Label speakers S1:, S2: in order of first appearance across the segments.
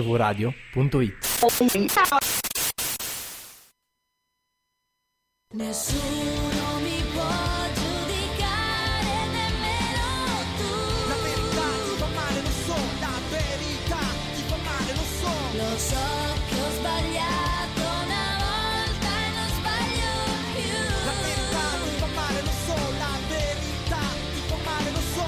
S1: mvradio.it
S2: Nessuno mi può giudicare, nemmeno tu.
S3: La verità ti fa male, lo so, la verità ti fa male, lo so.
S2: Lo so che ho sbagliato una volta e non sbaglio
S3: La verità ti fa male, lo so, la verità ti fa male, lo so.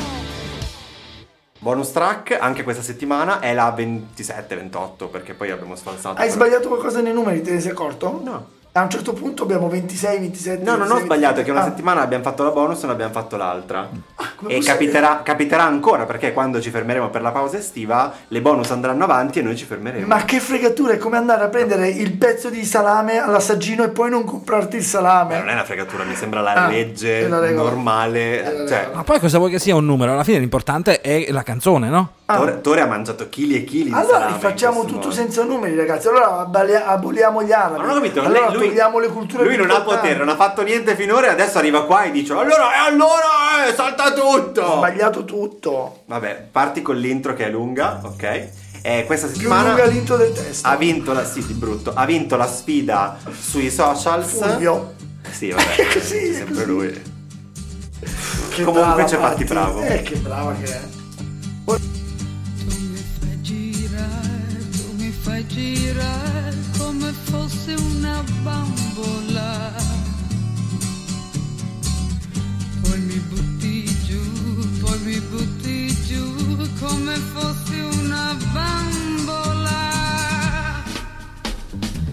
S4: Bonus track, anche questa settimana è la 27-28, perché poi abbiamo sfalsato.
S5: Hai sbagliato qualcosa nei numeri, te ne sei accorto?
S4: No.
S5: A un certo punto abbiamo 26, 27.
S4: No, non ho
S5: 26,
S4: sbagliato, è che una
S5: ah,
S4: settimana abbiamo fatto la bonus e non abbiamo fatto l'altra.
S5: come
S4: E
S5: possibile?
S4: capiterà, capiterà ancora, perché quando ci fermeremo per la pausa estiva, le bonus andranno avanti e noi ci fermeremo.
S5: Ma che fregatura, è come andare a prendere il pezzo di salame all'assaggino e poi non comprarti il salame.
S4: Beh, non è una fregatura, mi sembra la
S5: Ah,
S4: legge
S5: è la regola.
S4: normale.
S5: È la regola.
S4: cioè,
S6: Ma poi cosa vuoi che sia un numero? Alla fine l'importante è la canzone, no?
S5: Ah.
S4: Tore, Tore ha mangiato chili e chili di
S5: Allora
S4: salame in
S5: facciamo
S4: questo
S5: tutto
S4: modo.
S5: senza numeri, ragazzi. Allora abalia- aboliamo gli arabi.
S4: Ma non ho capito,
S5: allora
S4: lei- lui,
S5: togliamo le culture
S4: lui
S5: più
S4: non ha
S5: importanti.
S4: potere, non ha fatto niente finora e adesso arriva qua e dice allora, e allora, eh, salta tutto!
S5: Ho sbagliato tutto.
S4: Vabbè, parti con l'intro che è lunga, ok? Eh, questa
S5: Più
S4: settimana...
S5: lunga l'intro del testo.
S4: ha vinto la sì, di brutto, ha vinto la sfida sui social.
S5: Fulvio.
S4: Sì, vabbè.
S5: Così,
S4: c'è sempre
S5: così.
S4: lui.
S5: Che
S4: Comunque
S5: brava,
S4: c'è Patti Bravo.
S5: Eh, che brava che è.
S7: Tu mi fai girare come fosse una bambola. Poi mi butti giù, poi mi butti giù come fosse una bambola.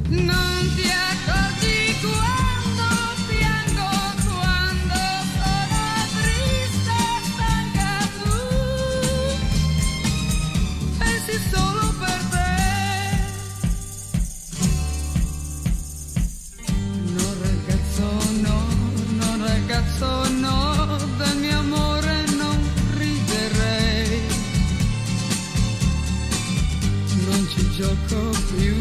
S7: Non ti accorgi quando piango, quando sono triste, stanca tu pensi solo per te. No ragazzo no, no ragazzo no, del mio amore non riderei. Non ci gioco più,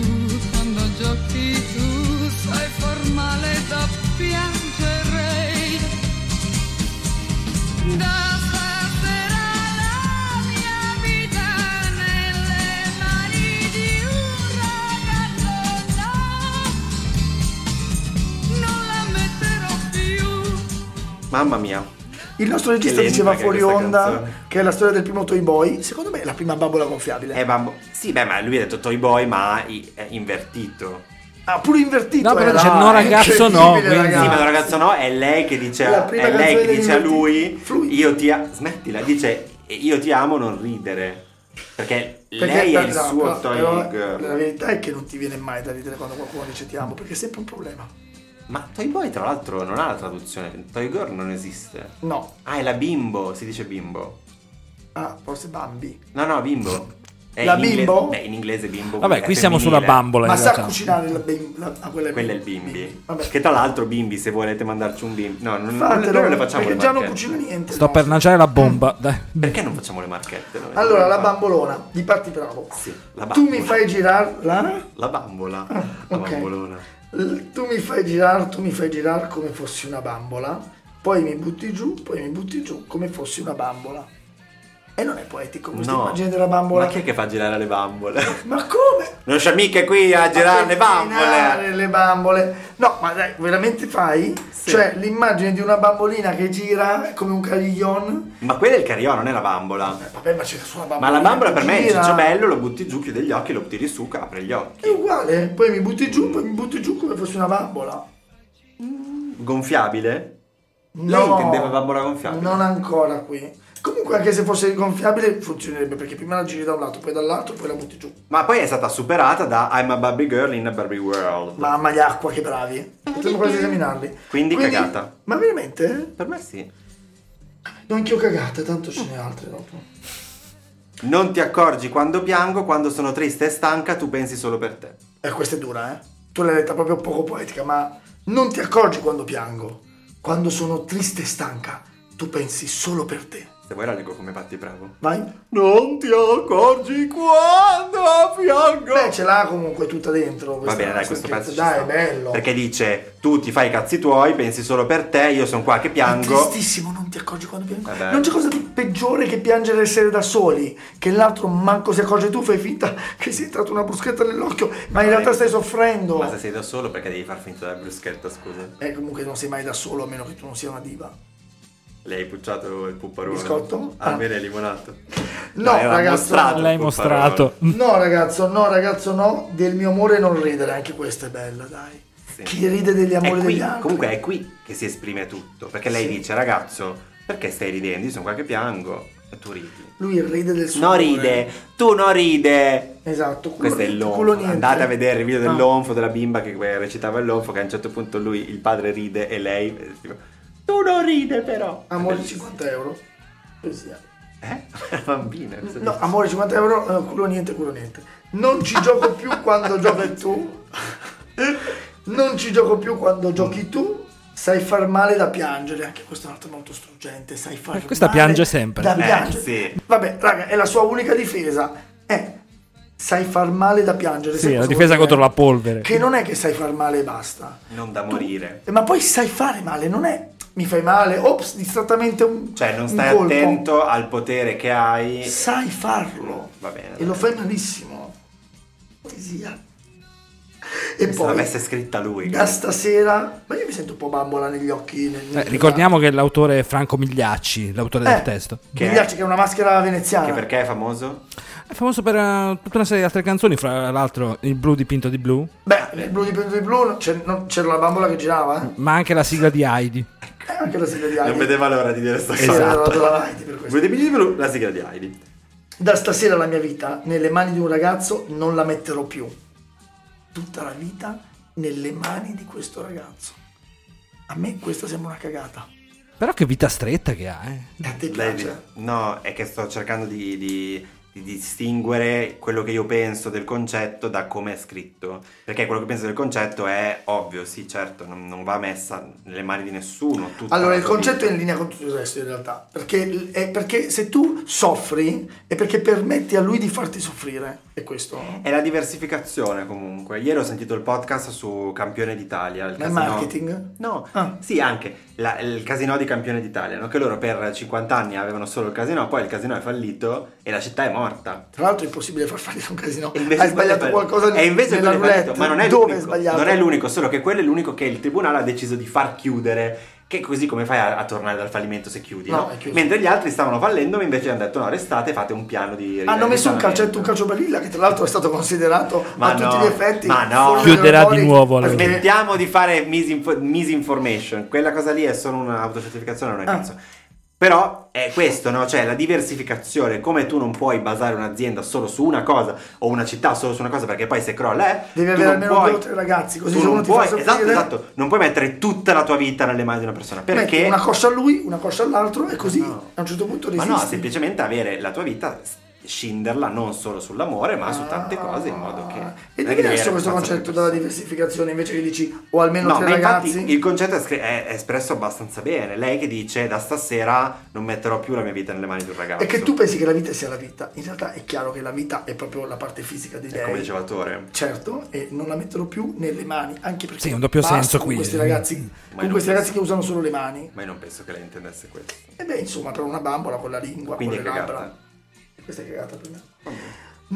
S7: quando giochi tu sei formale da piangerei. Da stasera la mia vita nelle mani di un ragazzo no, non la metterò più.
S4: Mamma mia.
S5: Il nostro regista
S4: lenta
S5: diceva
S4: che è
S5: fuori
S4: questa
S5: onda
S4: canzone.
S5: che è la storia del primo Toy Boy. Secondo me è la prima bambola gonfiabile.
S4: Eh, ma sì, beh, ma lui ha detto Toy Boy, ma i- è invertito.
S5: Ah, pure invertito.
S6: No, però
S5: era.
S6: dice, no, ragazzo, no,
S5: Incredibile,
S6: quindi-
S4: Sì,
S5: ragazzi.
S4: ma no, ragazzo, no, è lei che dice,
S5: La
S4: a-
S5: prima
S4: è lei che
S5: canzone
S4: dice a
S5: degli
S4: lui,
S5: Fluid.
S4: io ti amo, smettila, dice, io ti amo, non ridere. Perché, lei è il
S5: esatto,
S4: suo Toy
S5: però
S4: Girl.
S5: La verità è che non ti viene mai da ridere quando qualcuno dice ti amo, perché è sempre un problema.
S4: Ma Toy Boy, tra l'altro, non ha la traduzione, Toy Girl non esiste.
S5: No,
S4: Ah, è la bimbo, si dice bimbo.
S5: ah, forse Bambi.
S4: No, no, bimbo. È
S5: La
S4: in inglese-
S5: bimbo?
S4: beh, in inglese bimbo.
S6: Vabbè,
S4: è
S6: qui siamo
S4: femminile.
S6: sulla bambola. in
S5: Ma sa
S6: realtà.
S5: cucinare la bimbi. La, ah, quella è
S4: Quello è il
S5: bimbi.
S4: bimbi.
S5: Vabbè.
S4: Che tra l'altro, bimbi, se volete mandarci un bimbi. No, non, non,
S5: Fatelo,
S4: noi non le facciamo
S5: perché
S4: le
S5: già non
S4: marchette.
S5: cucino niente.
S6: Sto
S5: no.
S6: per lanciare la bomba. Dai.
S4: Perché non facciamo le marchette? noi?
S5: Allora, la
S4: Fa-
S5: bambolona, di Patti Bravo.
S4: Sì, la bambola.
S5: Tu mi fai girare la...
S4: La bambola. La
S5: Ah, ok.
S4: bambolona.
S5: L- Tu mi fai girare, tu mi fai girare come fossi una bambola. Poi mi butti giù, poi mi butti giù come fossi una bambola. E non è poetico questa immagine della bambola.
S4: Ma chi è che fa girare le bambole?
S5: Ma come?
S4: Non c'è mica qui a girare le bambole.
S5: Girare le bambole. No, ma dai, veramente fai? Cioè, l'immagine di una bambolina che gira come un carillon.
S4: Ma quella è il carillon, non è la bambola.
S5: Vabbè, ma c'è solo la
S4: Ma
S5: bambolina.
S4: la bambola per
S5: che
S4: me è il
S5: gira.
S4: cicciobello, lo butti giù, chiude gli occhi, lo tiri su, apre gli
S5: È
S4: occi.
S5: uguale. Poi mi butti giù, poi mi butti giù come fossi una bambola.
S4: Gonfiabile?
S5: No,
S4: Lei intendeva bambola gonfiabile?
S5: Non ancora qui. Comunque, anche se fosse gonfiabile, funzionerebbe perché prima la giri da un lato, poi dall'altro, poi la butti giù.
S4: Ma poi è stata superata da I'm a Barbie Girl in a Barbie World.
S5: Mamma di acqua, che bravi. Potremmo quasi esaminarli.
S4: Quindi cagata.
S5: Ma veramente?
S4: Per me sì.
S5: Non anch'io cagate, tanto ce ne altre dopo.
S4: Non ti accorgi quando piango, quando sono triste e stanca, tu pensi solo per te.
S5: Eh, questa è dura, eh. Tu l'hai detta proprio poco poetica, ma non ti accorgi quando piango. Quando sono triste e stanca, tu pensi solo per te.
S4: Se vuoi la leggo come batti bravo.
S5: Vai.
S4: Non ti accorgi quando piango.
S5: Beh, ce l'ha comunque tutta dentro.
S4: Va
S5: questa-
S4: bene, dai, questo
S5: questa-
S4: pezzo. ci
S5: Dai,
S4: sta.
S5: è bello.
S4: Perché dice: Tu ti fai i cazzi tuoi, pensi solo per te, io sono qua che
S5: È
S4: piango.
S5: tristissimo, non ti accorgi quando piangi.
S4: Vabbè.
S5: Non c'è cosa di peggiore che piangere e essere da soli, che l'altro manco si accorge tu, fai finta che sia entrata una bruschetta nell'occhio, ma in realtà stai soffrendo.
S4: Ma se sei da solo, perché devi far finta della bruschetta, scusa?
S5: Eh, comunque non sei mai da solo a meno che tu non sia una diva.
S4: Le hai pucciato il pupparone?
S5: Biscotto? Ah.
S4: Almeno è limonato.
S5: No,
S4: L'aveva
S5: ragazzo,
S4: mostrato il
S6: L'hai
S4: pupparone.
S6: mostrato.
S5: No, ragazzo, no, ragazzo, no. Del mio amore non ridere, anche questa è bella, dai.
S4: Sì.
S5: Chi ride degli
S4: È
S5: amori
S4: qui-
S5: degli altri.
S4: comunque è qui che si esprime tutto. Perché lei
S5: Sì.
S4: dice, ragazzo, perché stai ridendo? Io sono qua che piango. E tu ridi.
S5: Lui ride del suo
S4: No
S5: amore.
S4: ride, tu non ride.
S5: Esatto, culo
S4: Questo è
S5: niente,
S4: l'onfo.
S5: eh. culo niente.
S4: Andate a vedere il video
S5: No.
S4: dell'onfo della bimba che recitava l'onfo. Che a un certo punto lui, il padre ride e lei. eh, tipo, tu non ride, però.
S5: Amore
S4: Bellissimo.
S5: 50 euro. Poesia.
S4: Eh? Una bambina.
S5: No, amore 50 euro, eh, culo niente, culo niente. Non ci gioco più quando giochi tu. Non ci gioco più quando giochi tu. Sai far male da piangere, anche questo è un altro molto struggente. Sai far male.
S6: Eh, questa piange sempre.
S5: Da
S6: Eh,
S5: piangere.
S4: sì.
S5: Vabbè, raga, è la sua unica difesa. Eh, sai far male da piangere.
S6: Sì,
S5: sai
S6: la
S5: cosa
S6: difesa
S5: vuol dire?
S6: contro la polvere.
S5: Che non è che sai far male e basta.
S4: Non da morire.
S5: Eh, Ma poi sai fare male, non è mi fai male, ops, distrattamente un
S4: Cioè, non
S5: un
S4: stai
S5: colpo.
S4: attento al potere che hai.
S5: Sai farlo.
S4: Va bene,
S5: E
S4: dai.
S5: lo fai malissimo. Poesia. E
S4: Se
S5: poi
S4: l'avesse scritta lui.
S5: da stasera, ma io mi sento un po' bambola negli occhi. nel-
S6: Eh, ricordiamo che l'autore è Franco Migliacci, l'autore
S5: Eh,
S6: del testo.
S5: Che
S4: Che
S5: mi
S4: è-
S5: piace che è una maschera veneziana.
S4: Che perché è famoso?
S6: È famoso per eh, tutta una serie di altre canzoni, fra l'altro Il blu dipinto di blu,
S5: Beh, il blu di Pedro di blu c'è- non- c'era la bambola che girava,
S6: ma anche la sigla di Heidi.
S5: eh? Eh, anche la sigla di Heidi.
S4: Mm. Non esatto. vedeva l'ora di dire sta
S5: Sì, era
S4: cosa.
S5: la- della Heidi per questo.
S4: Vedete, mi ditemelo la sigla di Heidi.
S5: Da stasera la mia vita nelle mani di un ragazzo non la metterò più. Tutta la vita nelle mani di questo ragazzo. A me questa sembra una cagata.
S6: Però che vita stretta che ha, eh.
S5: E a te
S4: Lei
S5: piace?
S4: dice- no, è che sto cercando di, di- di distinguere quello che io penso del concetto da come è scritto. Perché quello che penso del concetto è ovvio, sì, certo, non, non va messa nelle mani di nessuno. tutta
S5: Allora,
S4: la
S5: il
S4: tua
S5: concetto è
S4: vita.
S5: in linea con tutto il resto in realtà. Perché, è perché se tu soffri è perché permetti a lui di farti soffrire. E questo...
S4: È la diversificazione comunque. Ieri ho sentito il podcast su Campione d'Italia. Il
S5: Ma è
S4: casino-
S5: marketing?
S4: No,
S5: Ah.
S4: sì anche la- il casino di Campione d'Italia, no? che loro per 50 anni avevano solo il casino, poi il casino è fallito e la città è morta.
S5: Tra l'altro è impossibile far fare un casino.
S4: E invece quello
S5: Hai sbagliato
S4: è fallito.
S5: qualcosa
S4: E invece
S5: nella
S4: quello è fallito,
S5: roulette.
S4: ma non è
S5: Dove hai
S4: l'unico,
S5: sbagliato?
S4: Non è l'unico, solo che quello è l'unico che il tribunale ha deciso di far chiudere. Che così come fai a, a tornare dal fallimento se chiudi,
S5: No,
S4: no?
S5: è chiuso.
S4: Mentre gli altri stavano fallendo, ma invece hanno detto no, restate, fate un piano di
S5: Hanno messo un calcetto,
S4: calcetto
S5: un calciobalilla che tra l'altro è stato considerato
S4: Ma
S5: a
S4: no,
S5: tutti gli effetti.
S4: ma no.
S5: fuori
S6: Chiuderà
S5: dalla
S6: di
S5: Boris,
S6: nuovo, allora.
S5: perché-
S4: Smettiamo di fare misinfo- misinformation. Quella cosa lì è solo un'autocertificazione, non è
S5: Ah.
S4: cazzo. Però è questo, no? Cioè la diversificazione, come tu non puoi basare un'azienda solo su una cosa o una città solo su una cosa, perché poi se crolla eh, tu
S5: Devi avere
S4: non
S5: almeno
S4: puoi-
S5: due o tre ragazzi, così
S4: tu
S5: se
S4: non
S5: uno ti
S4: puoi,
S5: fa soffrire-
S4: esatto, esatto, non puoi mettere tutta la tua vita nelle mani di una persona,
S5: Metti
S4: perché
S5: una coscia a lui, una coscia all'altro e così
S4: no.
S5: a un certo punto
S4: ma
S5: resisti.
S4: no, semplicemente avere la tua vita scinderla non solo sull'amore, ma su tante
S5: Ah.
S4: cose in modo che
S5: È
S4: non è che devi
S5: diverso
S4: avere
S5: questo
S4: per forza
S5: concetto
S4: le
S5: della
S4: persone.
S5: diversificazione invece che dici o almeno
S4: No,
S5: tre
S4: ma
S5: Eh, ragazzi.
S4: infatti il concetto è, scri- è- è espresso abbastanza bene. Lei che dice da stasera non metterò più la mia vita nelle mani di un ragazzo.
S5: E che tu pensi che la vita sia la vita. In realtà è chiaro che la vita è proprio la parte fisica di
S4: È
S5: lei.
S4: come diceva Tore.
S5: Certo, e non la metterò più nelle mani, anche perché
S6: Sì, un doppio
S5: basta
S6: senso
S5: con
S6: qui.
S5: questi ragazzi,
S4: Ma
S5: con
S4: non
S5: questi ragazzi
S4: penso.
S5: che usano solo le mani.
S4: Ma io non penso che lei intendesse questo.
S5: E beh, insomma, per una bambola con la lingua,
S4: Quindi
S5: con
S4: è
S5: le
S4: cagata.
S5: labbra. Questa è cagata per me.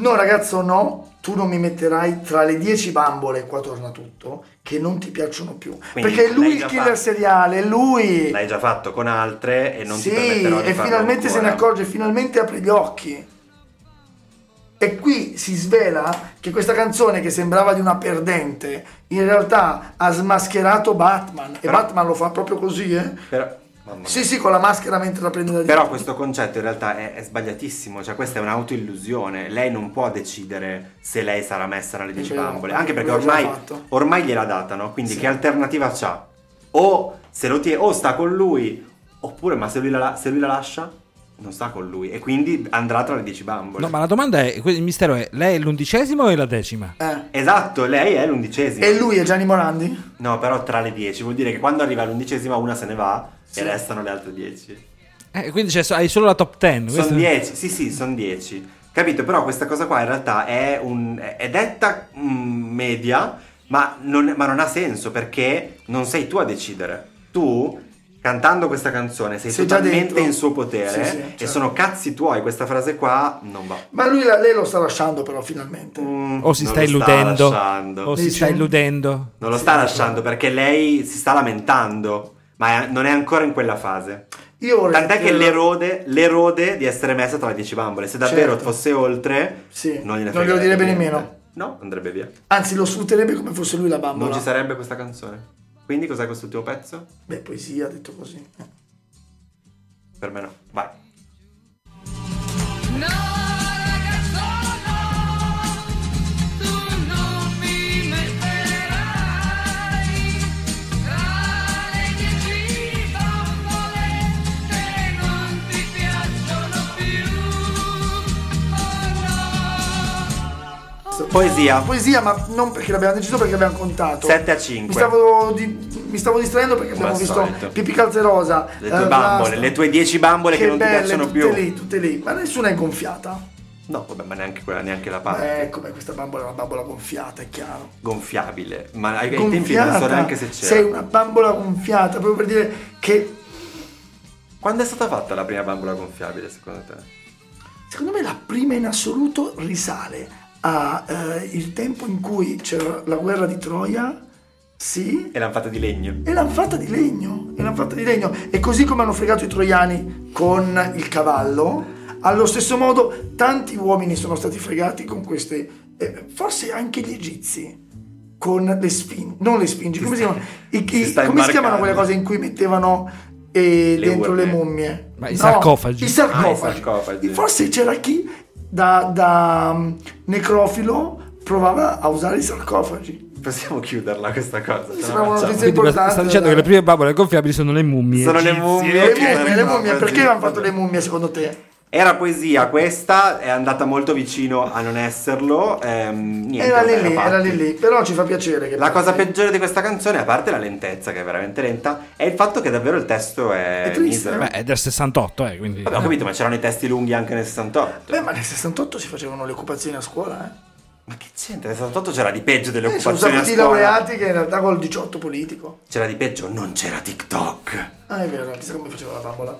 S5: No, ragazzo, no, tu non mi metterai tra le 10 bambole, qua torna tutto, che non ti piacciono più.
S4: Quindi
S5: Perché è lui
S4: l'hai
S5: il
S4: già
S5: killer
S4: fatto.
S5: seriale, è lui.
S4: L'hai già fatto con altre e non
S5: sì,
S4: ti permetterò di
S5: e
S4: farlo
S5: finalmente se ne
S4: ancora.
S5: accorge, finalmente apre gli occhi. E qui si svela che questa canzone che sembrava di una perdente, in realtà ha smascherato Batman. E
S4: Però-
S5: Batman lo fa proprio così, eh?
S4: Però, mamma mia.
S5: Sì, sì, con la maschera mentre la prende da dietro.
S4: Però questo concetto in realtà è, è sbagliatissimo, cioè questa è un'autoillusione, lei non può decidere se lei sarà messa nelle 10
S5: Beh, no,
S4: bambole, anche perché
S5: quello Esatto, già
S4: ormai,
S5: fatto.
S4: ormai gliela data, no? Quindi
S5: Sì.
S4: che alternativa c'ha? O, se lo tie- o sta con lui, oppure ma se lui, la, se lui la lascia, non sta con lui e quindi andrà tra le 10 bambole.
S6: No, ma la domanda è, que- il mistero è, lei è l'undicesima o è la decima?
S5: Eh.
S4: Esatto, lei è l'undicesima.
S5: E lui è Gianni Morandi?
S4: No, però tra le 10 vuol dire che quando arriva all'undicesima una se ne va
S5: Sì.
S4: e restano le altre 10.
S6: Eh, quindi c'è so- hai solo la top 10.
S4: Sono
S6: questo-
S4: 10, sì sì, sono 10. Capito, però questa cosa qua in realtà è, un, è detta mm, media, ma non, ma non ha senso perché non sei tu a decidere. Tu, cantando questa canzone, sei,
S5: Sei già
S4: totalmente
S5: dentro.
S4: in suo potere
S5: Sì, sì,
S4: e
S5: certo.
S4: sono cazzi tuoi, questa frase qua non va.
S5: Ma lui la- lei lo sta lasciando però finalmente.
S4: Mm,
S6: O si
S4: non
S6: sta
S4: lo
S6: illudendo.
S4: lasciando.
S6: o si
S5: Dici?
S6: sta illudendo.
S4: Non lo sta lasciando perché lei si sta lamentando, ma è- non è ancora in quella fase.
S5: Io vorrei
S4: Tant'è che
S5: dire-
S4: l'erode, l'erode di essere messa tra le dieci bambole. Se davvero
S5: Certo.
S4: fosse oltre,
S5: Sì.
S4: non gliene
S5: Non
S4: fregherebbe
S5: glielo direbbe
S4: niente.
S5: nemmeno.
S4: No, andrebbe via.
S5: Anzi, lo sfrutterebbe come fosse lui la bambola.
S4: Non ci sarebbe questa canzone. Quindi cos'è quest'ultimo pezzo?
S5: Beh, poesia, detto così.
S4: Per me no. Vai.
S7: No ragazzo no, tu non mi metterai tra le dieci bambole che non ti piacciono più, oh no.
S4: Poesia.
S5: Poesia, ma non perché l'abbiamo deciso, perché abbiamo contato.
S4: 7 a
S5: Mi
S4: 5.
S5: stavo, di- mi stavo distraendo perché
S4: Come
S5: abbiamo
S4: al
S5: visto
S4: solito.
S5: Pippi Calzerosa. eh,
S4: Le tue bambole, le tue 10 bambole che, non ti
S5: belle,
S4: piacciono
S5: tutte
S4: più.
S5: Lì, tutte lì, ma nessuna è gonfiata.
S4: No, vabbè, ma neanche quella, neanche la parte.
S5: Ecco, beh, questa bambola è una bambola gonfiata, è chiaro.
S4: Gonfiabile. Ma ai, ai tempi non so
S5: Gonfiata,
S4: neanche se c'era.
S5: sei una bambola gonfiata, proprio per dire che
S4: Quando è stata fatta la prima bambola gonfiabile, secondo te?
S5: Secondo me la prima in assoluto risale al tempo in cui c'era la guerra di Troia, sì,
S4: E l'hanno fatta di legno.
S5: e l'hanno fatta di legno, e l'hanno fatta di legno. E così come hanno fregato i troiani con il cavallo, allo stesso modo tanti uomini sono stati fregati con queste, eh, forse anche gli egizi, con le sfingi, non le sfingi, come si chiamano? I- i-
S4: ti stai
S5: come si chiamano
S4: imbarcando.
S5: quelle cose in cui mettevano eh,
S4: Le
S5: dentro
S4: urne.
S5: le mummie?
S6: Ma i sarcofagi.
S5: I sarcofagi.
S4: Ah, i sarcofagi.
S5: Forse c'era chi da, da um, necrofilo provava a usare i sarcofagi.
S4: Possiamo chiuderla questa cosa? Se no
S5: sembrava
S4: facciamo-
S5: una notizia
S6: Quindi ma-
S5: importante
S6: sta
S5: da
S6: dicendo che
S5: dare.
S6: le prime bambole gonfiabili sono le mummie.
S4: Sono le
S6: Egizie.
S4: mummie.
S5: Le
S4: che
S5: mummie, le
S4: arrivano,
S5: mummie, perché
S4: sì.
S5: hanno fatto le mummie secondo te?
S4: Era poesia questa, è andata molto vicino a non esserlo. ehm, niente,
S5: Era lì
S4: vabbè,
S5: lì,
S4: la
S5: era
S4: fatti.
S5: lì lì, però ci fa piacere che
S4: La cosa
S5: perché
S4: peggiore di questa canzone, a parte la lentezza che è veramente lenta, è il fatto che davvero il testo è,
S5: È triste, eh?
S4: misero.
S6: Beh, è del 68, eh, quindi...
S4: Vabbè, ho capito, ma c'erano i testi lunghi anche nel 68.
S5: Beh, ma nel 68 si facevano le occupazioni a scuola, eh?
S4: Ma che c'entra? Nel 68 c'era di peggio delle
S5: Eh, sono
S4: occupazioni a
S5: stati i
S4: scuola.
S5: laureati che in realtà col 18 politico.
S4: C'era di peggio, non c'era TikTok.
S5: Ah, è vero, chissà come faceva la favola.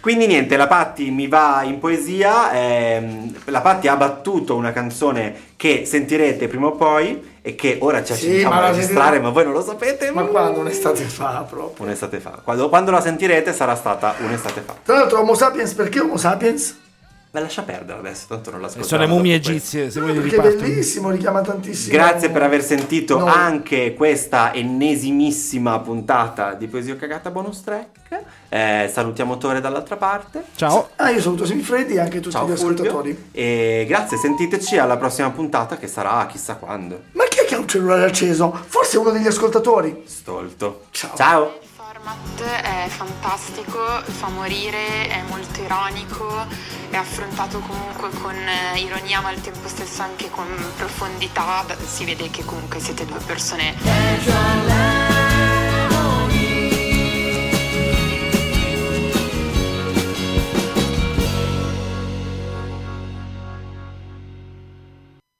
S4: Quindi niente, la Patti mi va in poesia, ehm, la Patti ha battuto una canzone che sentirete prima o poi e che ora ci
S5: Sì,
S4: accingiamo
S5: ma
S4: a
S5: la
S4: registrare,
S5: sentirete-
S4: ma voi non lo sapete.
S5: Ma quando un'estate fa proprio.
S4: Un'estate fa. Quando, quando la sentirete sarà stata un'estate fa.
S5: Tra l'altro Homo sapiens, perché Homo sapiens?
S4: Ma lascia perdere adesso, tanto non l'ascoltiamo.
S6: Sono le mummie
S4: dopo questo.
S6: egizie, se
S5: No,
S6: vuoi
S5: perché è
S6: ripartono.
S5: bellissimo, richiama tantissimo.
S4: Grazie per aver sentito
S5: No.
S4: anche questa ennesimissima puntata di Poesia Cagata Bonus Track. Eh, salutiamo Tore dall'altra parte.
S6: Ciao.
S5: Ah, io saluto Semifreddi e anche tutti
S4: Ciao
S5: gli
S4: Fulvio.
S5: ascoltatori.
S4: E grazie, sentiteci alla prossima puntata che sarà chissà quando.
S5: Ma chi è che ha un cellulare acceso? Forse uno degli ascoltatori.
S4: Stolto.
S5: Ciao.
S4: Ciao.
S1: Il format è fantastico, fa morire, è molto ironico, è affrontato comunque con eh, ironia ma al tempo stesso anche con profondità, Beh, si vede che comunque siete due persone
S2: Casual